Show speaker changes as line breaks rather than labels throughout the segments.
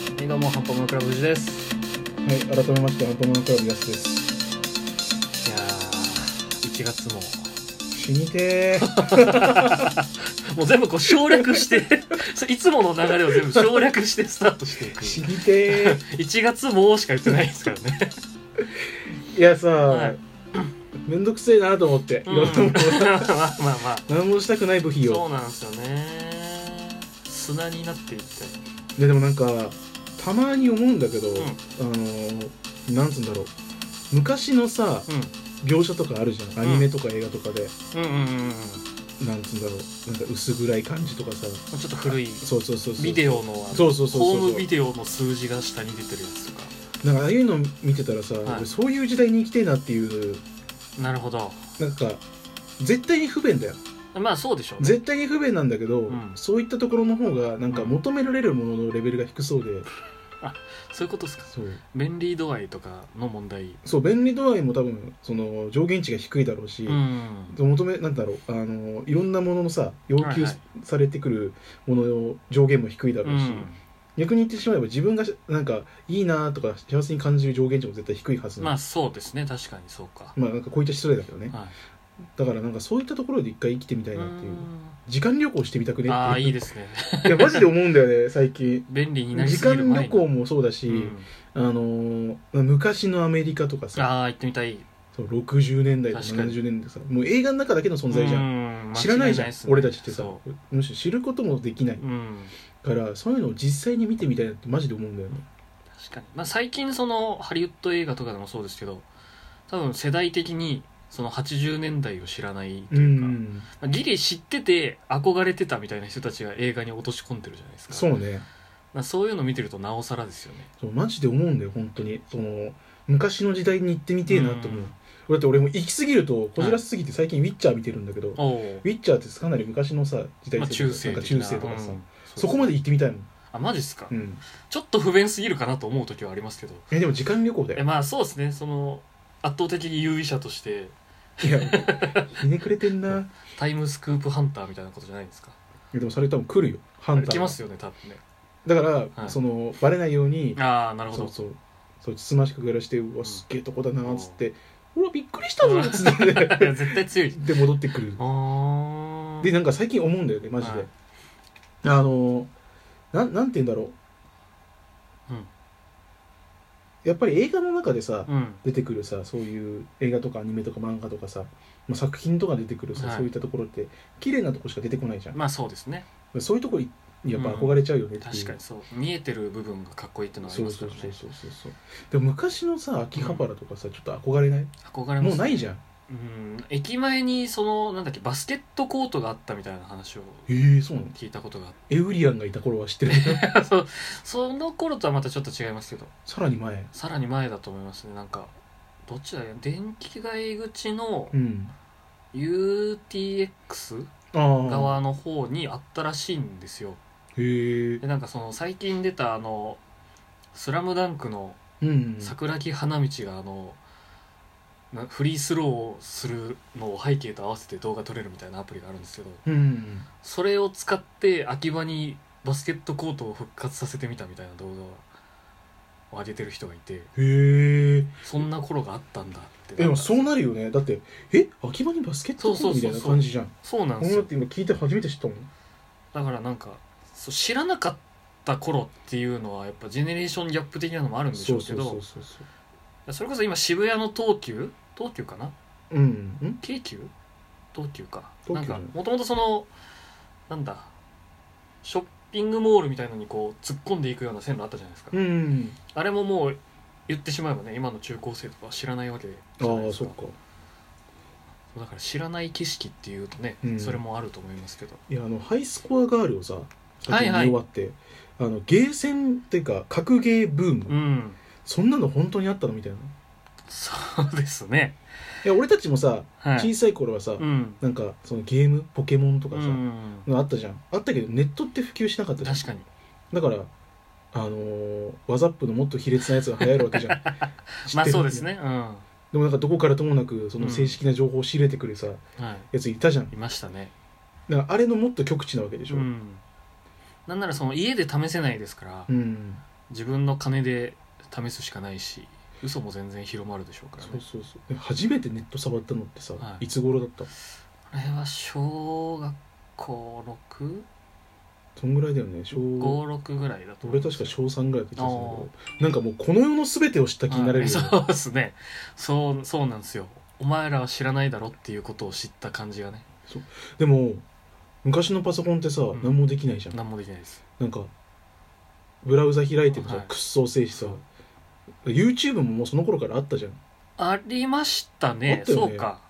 ハンモノクラブジです
はい、改めまして、ハントマンクラブやすです。
いやー1月も
死にてー。
もう全部こう省略してそういつもの流れを全部省略してスタートしていく
死にてー。
1月もしか言ってないですからね
いやさ、
はい
めんどくせえなと思って、 い
うん
ろんなもの。
まあまあまあ
何もしたくない部費
そう
を。
なんですよね砂になっていって
で、でもなんか、たまに思うんだけど、
ん
あのー、なんつうんだろう。昔のさ、描写とかあるじゃん。アニメとか映画とかで、
うんうんうんうんうん
なんつうんだろう。なんか薄暗い感じとかさ。
ちょっと古い
そうそうそうそう。
ビデオのあの
そうそうそうそう
ホームビデオの数字が下に出てるやつとか
なんかああいうの見てたらさ、
はい
俺そういう時代に生きてえなっていう、
なるほど
なんか、絶対に不便だよ。
まあそうでしょうね
絶対に不便なんだけど、
ん
そういったところの方がなんか求められるもののレベルが低そうで、
そういうことですか
そう
便利度合いとかの問題
そう便利度合いも多分その上限値が低いだろうし、
うん
求めなんだろうあのいろんなもののさ要
はい
求
はい
されてくるものの上限も低いだろうし、逆に言ってしまえば自分がなんかいいなとか幸せに感じる上限値も絶対低いは
う
ず
ん、ま
なの
あそうですね確かにそうか、
まあなんかこういった失礼だけどね
はい、
だからなんかそういったところで一回生きてみたいなっていうう
ー
時間旅行してみたくね
んああ
って
い
い
いうですね
いやマジで思うんだよね最近
便利になり
時
すぎ
間
る前
旅
に
行もそうだし、
うん
あのー昔のアメリカとかさ
ああ行ってみたい
そう60年代とか
確かに
70年代さもう映画の中だけの存在じゃん、
ん
知らないじゃん俺たちってさ
そ、
むしろ知ることもできないう
うん、
からそういうのを実際に見てみたいなってマジで思うんだよね
確かに、まあ、最近そのハリウッド映画とかでもそうですけど多分世代的にその80年代を知らないと
う
いうか、
ん
まあギリ知ってて憧れてたみたいな人たちが映画に落とし込んでるじゃないですか
そうね
まあそういうの見てるとなおさらですよね
そうマジで思うんだよ本当にその昔の時代に行ってみてえなと思う、
うん
だって俺も行き過ぎるとこじらせすぎて最近ウィッチャー見てるんだけど、ウ
おお、
ィッチャーってかなり昔のさ時代
まあ、
設定
中
とか
世
なん
的
か
な
中世とかさ、
うん
そこまで行ってみたいもん、
あマジっすか、
うん、
ちょっと不便すぎるかなと思う時はありますけど
えでも時間旅行だよ
えまあそうですねその圧倒的優位者として
いや、ひねくれてんな。
タイムスクープハンターみたいなことじゃないんですか
でもそれ多分来るよ、ハンターが。
来ますよね多分ね
だから、
はい
その、バレないように、
ああなるほ
そ
ど
うそう、そう、つつましく暮らして、うわ、すっげえとこだな、つって、うわ、びっくりしたぞ、つっ
いや
て。
絶対 強い
で、戻ってくる。
あ
で、なんか最近思うんだよね、マジ
は
で
い。
あの、なん、なんて言うんだろう
うん。
やっぱり映画の中でさ
あ、うん
出てくるさそういう映画とかアニメとか漫画とかさ、まあ、作品とか出てくるさ、
はい
そういったところって綺麗なとこしか出てこないじゃん、
まあそうですね
そういうとこにやっぱ憧れちゃうよねっていう、
確かにそう見えてる部分がかっこいいっていうのはあり
そう
ますか
そう
らね
そうそうそうそうでも昔のさ秋葉原とかさ、ちょっと憧れない
憧れますね
もうないじゃんへ
うん駅前にそのなんだっけバスケットコートがあったみたいな話を
えそうなの
聞いたことがあっ
エウリアンがいた頃は 知ってる
てそうその頃とはまたちょっと違いますけど
さらに前
さらに前だと思いますねなんかどっちだよ電気街口の
うん
UTX
ああ
側の方にあったらしいんですよ
へえ
でなんかその最近出たあの「スラムダンクの
うん
桜木花道があのなフリースローをするのを背景と合わせて動画撮れるみたいなアプリがあるんですけど
うん
それを使って秋葉にバスケットコートを復活させてみたみたいな動画を上げてる人がいて
へえ
そんな頃があったんだって
でもそうなるよねだってえ秋葉にバスケットコー
そう
ト
そう
み
そ
た
うそう
いな感じじゃん
そうなんで
俺
す
だ
よ
って今聞いて初めて知ったもん
だからなんかそう知らなかった頃っていうのはやっぱジェネレーションギャップ的なのもあるんでし
そ
ょう
う
け
そうそ
ど
うそうそう
それこそ今渋谷の東急東急かな
うんん
京急東急かな
東
ん
急
かもともとそのなんだショッピングモールみたいのにこう突っ込んでいくような線路あったじゃないですか、
うん
あれももう言ってしまえばね今の中高生とかは知らないわけじゃない
あ
で
あ
すか
そっか
そうだから知らない景色っていうとね、
うん
それもあると思いますけど
いやあのハイスコアガールをさ
はい
最近
はい
見終わって、あのゲーセンっていうか格ゲーブーム、
うん
そんなの本当にあったのみたいない
そうですね
や俺たちもさ、
はい
小さい頃はさ、
うん、
なんかそのゲームポケモンとか
う
さ、
ん、
のあったじゃんあったけどネットって普及しなかったじゃん
確かに
だからあのー、ワザップのもっと卑劣なやつが流行るわけ じゃん
まあ
知ってる
そうですねうんは
でもなんかどこからともなくその
うん
正式な情報を仕入れてくるさ、やついたじゃん
いいましたね
だからあれのもっと極致なわけでし
う
ょ
んなんならその家で試せないですから、
うん
自分の金で試すしかないし嘘も全然広まるでしょうから
そう
ね
そうそうで初めてネット触ったのってさ、、
はい
つ頃だった
これは小学校
そんぐらいだよね小
6?56 ぐらいだと思
俺
います
確か小3ぐらいだった気がするんだけどなんかもうこの世の全てを知った気になれるよ、ね
はい そうですねそうそうなんですよお前らは知らないだろっていうことを知った感じがね
でも昔のパソコンってさ、
ん
何もできないじゃん
何もできないです
なんかブラウザ開いてもさ、
はい
くっそ遅いしさ YouTube ももうその頃からあったじゃん
ありましたね
あったよ
そ
ね
うか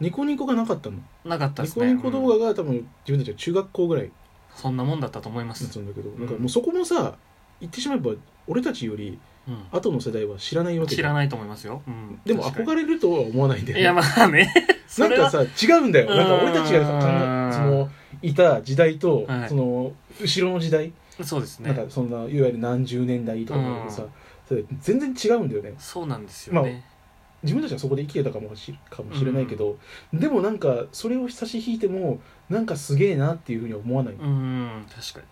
ニコニコがなかったの、
なかったで
ニ
す
コ
ね
ニコ動
うん
画が多分自分たちは中学校ぐらい
そんなもんだったと思いま
だっ
す、
たんだけど、
ん
なんかもうそこもさ言ってしまえば俺たちより
うん、
後の世代は知らないわけ
知らないと思いますよ、うん、
でも
確か
憧れるとは思わないんだ
にい
よね
やまあねそ
なん
れは
かさ違うんだよなんか俺たちがさ
うーん
考えそのいた時代と、
はい
その後ろの時代、
そうです
なん
ね
かそんないわゆる何十年代とかだけどさ、
うん
それ全然違うんだよね
そうなんですよね、
自分たちはそこで生きてたかもしかもしれないけど、でもなんかそれを差し引いてもなんかすげえなっていうふうには思わない、
うん確かに、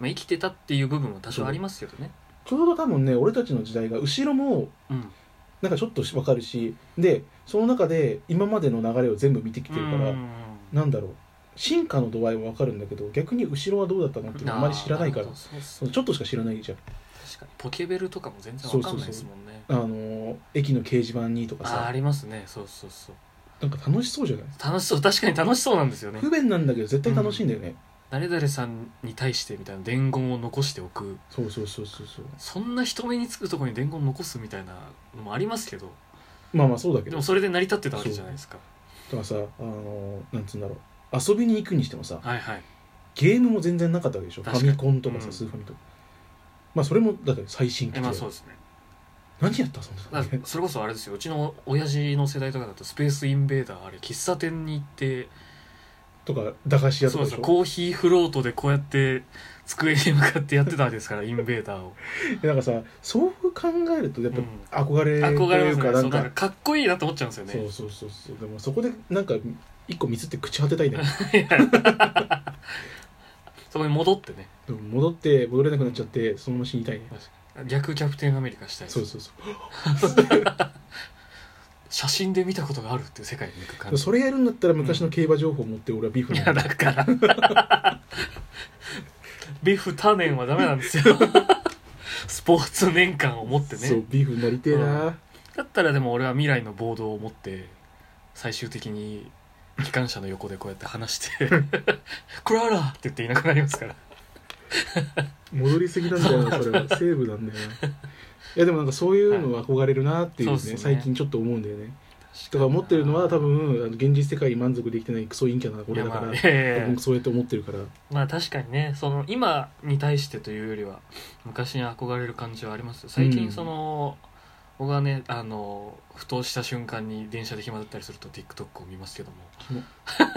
まあ、生きてたっていう部分は多少ありますけどね
ちょうど多分ね俺たちの時代が後ろも
うん
なんかちょっと分かるしでその中で今までの流れを全部見てきてるから、
うん
なんだろう進化の度合いは分かるんだけど逆に後ろはどうだったのってあまり知らないから
あーるほどそうっす
そのちょっとしか知らないじゃん
確かにポケベルとかも全然わかんないですもんね
あのー駅の掲示板にとか
あーあ
さ
りますねそうそうそう
なんか楽しそうじゃない
楽しそう確かに楽しそうなんですよね
不便なんだけど絶対楽しいんだよね、
誰々さんに対してみたいな伝言を残しておく
そうそうそうそうそう
そんな人目につくところに伝言残すみたいなのもありますけど
まあまあそうだけ
で
ど
もそれで成り立ってたわけじゃないですか
とかさあのなんつうんだろう遊びに行くにしてもさ
はいはい
ゲームも全然なかったわけでしょフ
確
ァ
かに
ミコンとかさ、
うん
スーファミとかまあそれもだって最新機
え
で、
まあそうですね
何やったそんな
だ
の
からそれこそあれですようちの親父の世代とかだとスペースインベーダーあれ喫茶店に行って
とか駄菓子屋と
そ
か
う
でし
そう
ょ
コーヒーフロートでこうやって机に向かってやってたわけですからインベーダーを
でなんかさそう考えるとやっ
うん
ぱ憧れと
憧れ
い
ですね
うか、
そ
な
うんなんか
か
かっこいいなと思っちゃうんですよね
そうそうそうそうでもそこでなんか一個ミスって朽ち果てたいね
そこに戻ってね
でも戻って戻れなくなっちゃってそのまま死にたいね
逆キャプテンアメリカしたい
そうそうそう
写真で見たことがあるっていう世界に行く
で
感
も
じ
それやるんだったら昔の競馬情報持って俺はビーフ
い
な
や
の
だから ビフ他年はダメなんですよスポーツ年間を持って
そう
ね
ビーフになりてえな、
だったらでも俺は未来のボードを持って最終的に機関車の横でこうやって話して 「クララ!」って言っていなくなりますから
戻りすぎなんだよなそれはセーブなんだよないやでもなんかそういうの憧れるなっていうね,、
はいそうっすね
最近ちょっと思うんだよねだから思ってるのは多分あの現実世界に満足できてないクソ陰キャな俺だから、
いやまあいやい
多
やいや
分そうやって思ってるから
まあ確かにねその今に対してというよりは昔に憧れる感じはありますよ最
うん
近その、僕はねあのふとした瞬間に電車で暇だったりすると TikTok を見ますけども
キモ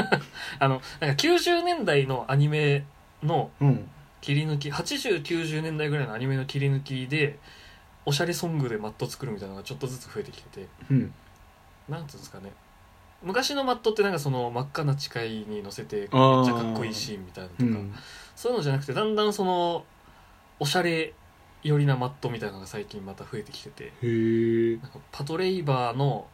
あのなんか90年代のアニメの
うん
切り抜き8090年代ぐらいのアニメの切り抜きでおしゃれソングでマット作るみたいなのがちょっとずつ増えてきてて
うん
なんていうんですかね昔のマットってなんかその真っ赤な誓いに乗せてめっちゃ
あー
かっこいいシーンみたいなのと
う
か、
ん
そういうのじゃなくてだんだんそのおしゃれ寄りなマットみたいなのが最近また増えてきてて
へえ
なんかパトレイバーの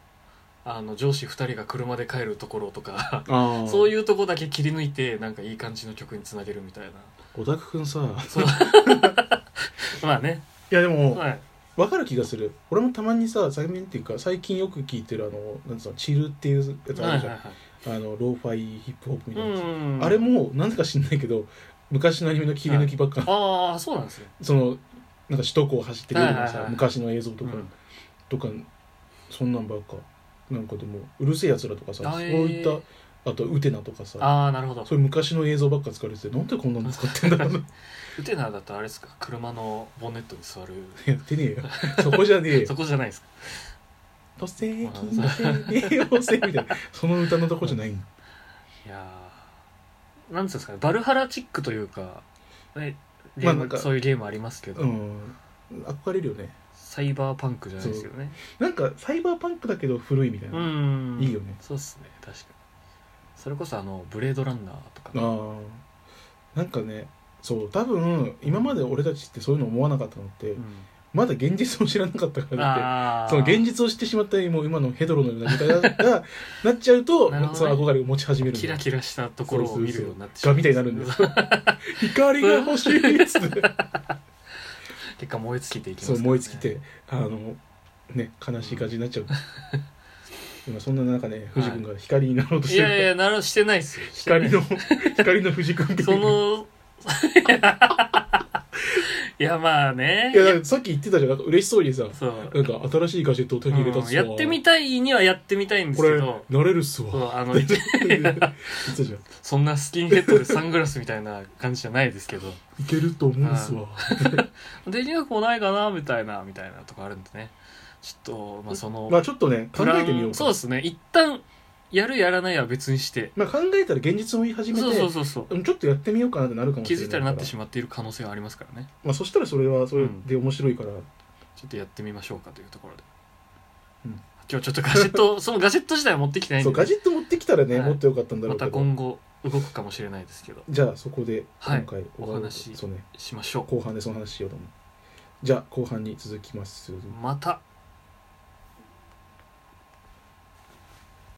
あの上司2人が車で帰るところとか
ああ
そう
う
いうとこだけ切り抜いてなんかいい感じの曲につなげるみたいな
小田君さ
そうまあね、
いやでも
はい、
分かる気がする俺もたまにさ最近っていうか最近よく聞いてるあのなんつうのチルっていうやつ
は
あ
い
る
はい
じゃ
はい
ん、あのローファイヒップホップみ
う
たいなやつ、
ん
あれもなぜか知んないけど昔のアニメの切り抜きばっか
ああそうなんですね、
そのなんか首都高を走ってるような
はいはい
さ
はい
昔の映像と
う
か、
ん、
とかそんなんばっかなんかでもうるせえやつらとかさ
あ
そう
えー
いったあとウテナとかさ
ああなるほど
そういう昔の映像ばっか使われててなんでこんなの使ってん だろうな
ウテナだとあれですか車のボンネットに座る
やってねえよそこじゃねえよ
そこじゃないですか
「とせーきのせ ーのせー」みたいなその歌のとこじゃないの
いやーなんつうんですかねバルハラチックというかえゲ
ま
ー
あ
ム
なんか
そういうゲームありますけど、
うん憧れるよね
サイバーパンクじゃないですけどね
なんかサイバーパンクだけど古いみたいうな、あ
ん
いいよね
そうっすね確かにそれこそあのブレードランナーとか、
あーなんかねそう多分今まで俺たちってそういうの思わなかったのって、
うん
まだ現実を知らなかったからって
あー
その現実を知ってしまったもう今のヘドロのような見方 がなっちゃうと、
なるほどね
その憧れを持ち始めるんだ
キラキラしたところを見るようになって
ガみたいになるんです光が欲しいっつって
結果燃え尽きていきます
そう
からね
燃え尽きてあのね悲しい感じになっちゃう今そんな中ね藤君が光になろうとし
い
てる、
やいやならしてないですよ
光の光の藤君っていう
そ のいやまあね
いやだからさっき言ってたじゃんなんか嬉しそうにさ
そう
なんか新しいガジェットを手に入れたっ
う
す
ん
わ
やってみたいにはやってみたいんで
こ
すけ
れ
ど
慣れるっす
そ
わ
うあの
言ってたじゃん
そんなスキンヘッドでサングラスみたいな感じじゃないですけど
いけると思うんすわ
できなくもないかなみたいなみたいなとこあるんでねちょっとまあその
まあちょっとね考えてみよう
プランそう
か
ですね一旦やるやらないは別にして
まあ考えたら現実を言い始めて
そうそうそうそう
うんちょっとやってみようかなってなるかもし
気
れな
づ
い
いたらなってし
ま
まっている可能性はありますからね
う、まあ、そしたらそれはそれで面白いから、
ちょっとやってみましょうかというところで、
うん
今日ちょっとガジェッ トそのガジェット自体は持ってきてないん
そ
で
うガジェット持ってきたらね、
はい
もっとよかったんだろ
ま
うけ
た
ど、
今後動くかもしれないですけど
じゃあそこで今回終わる
お話
そうね
しましょ
後半でその話しようと思うじゃあ後半に続きます
うまた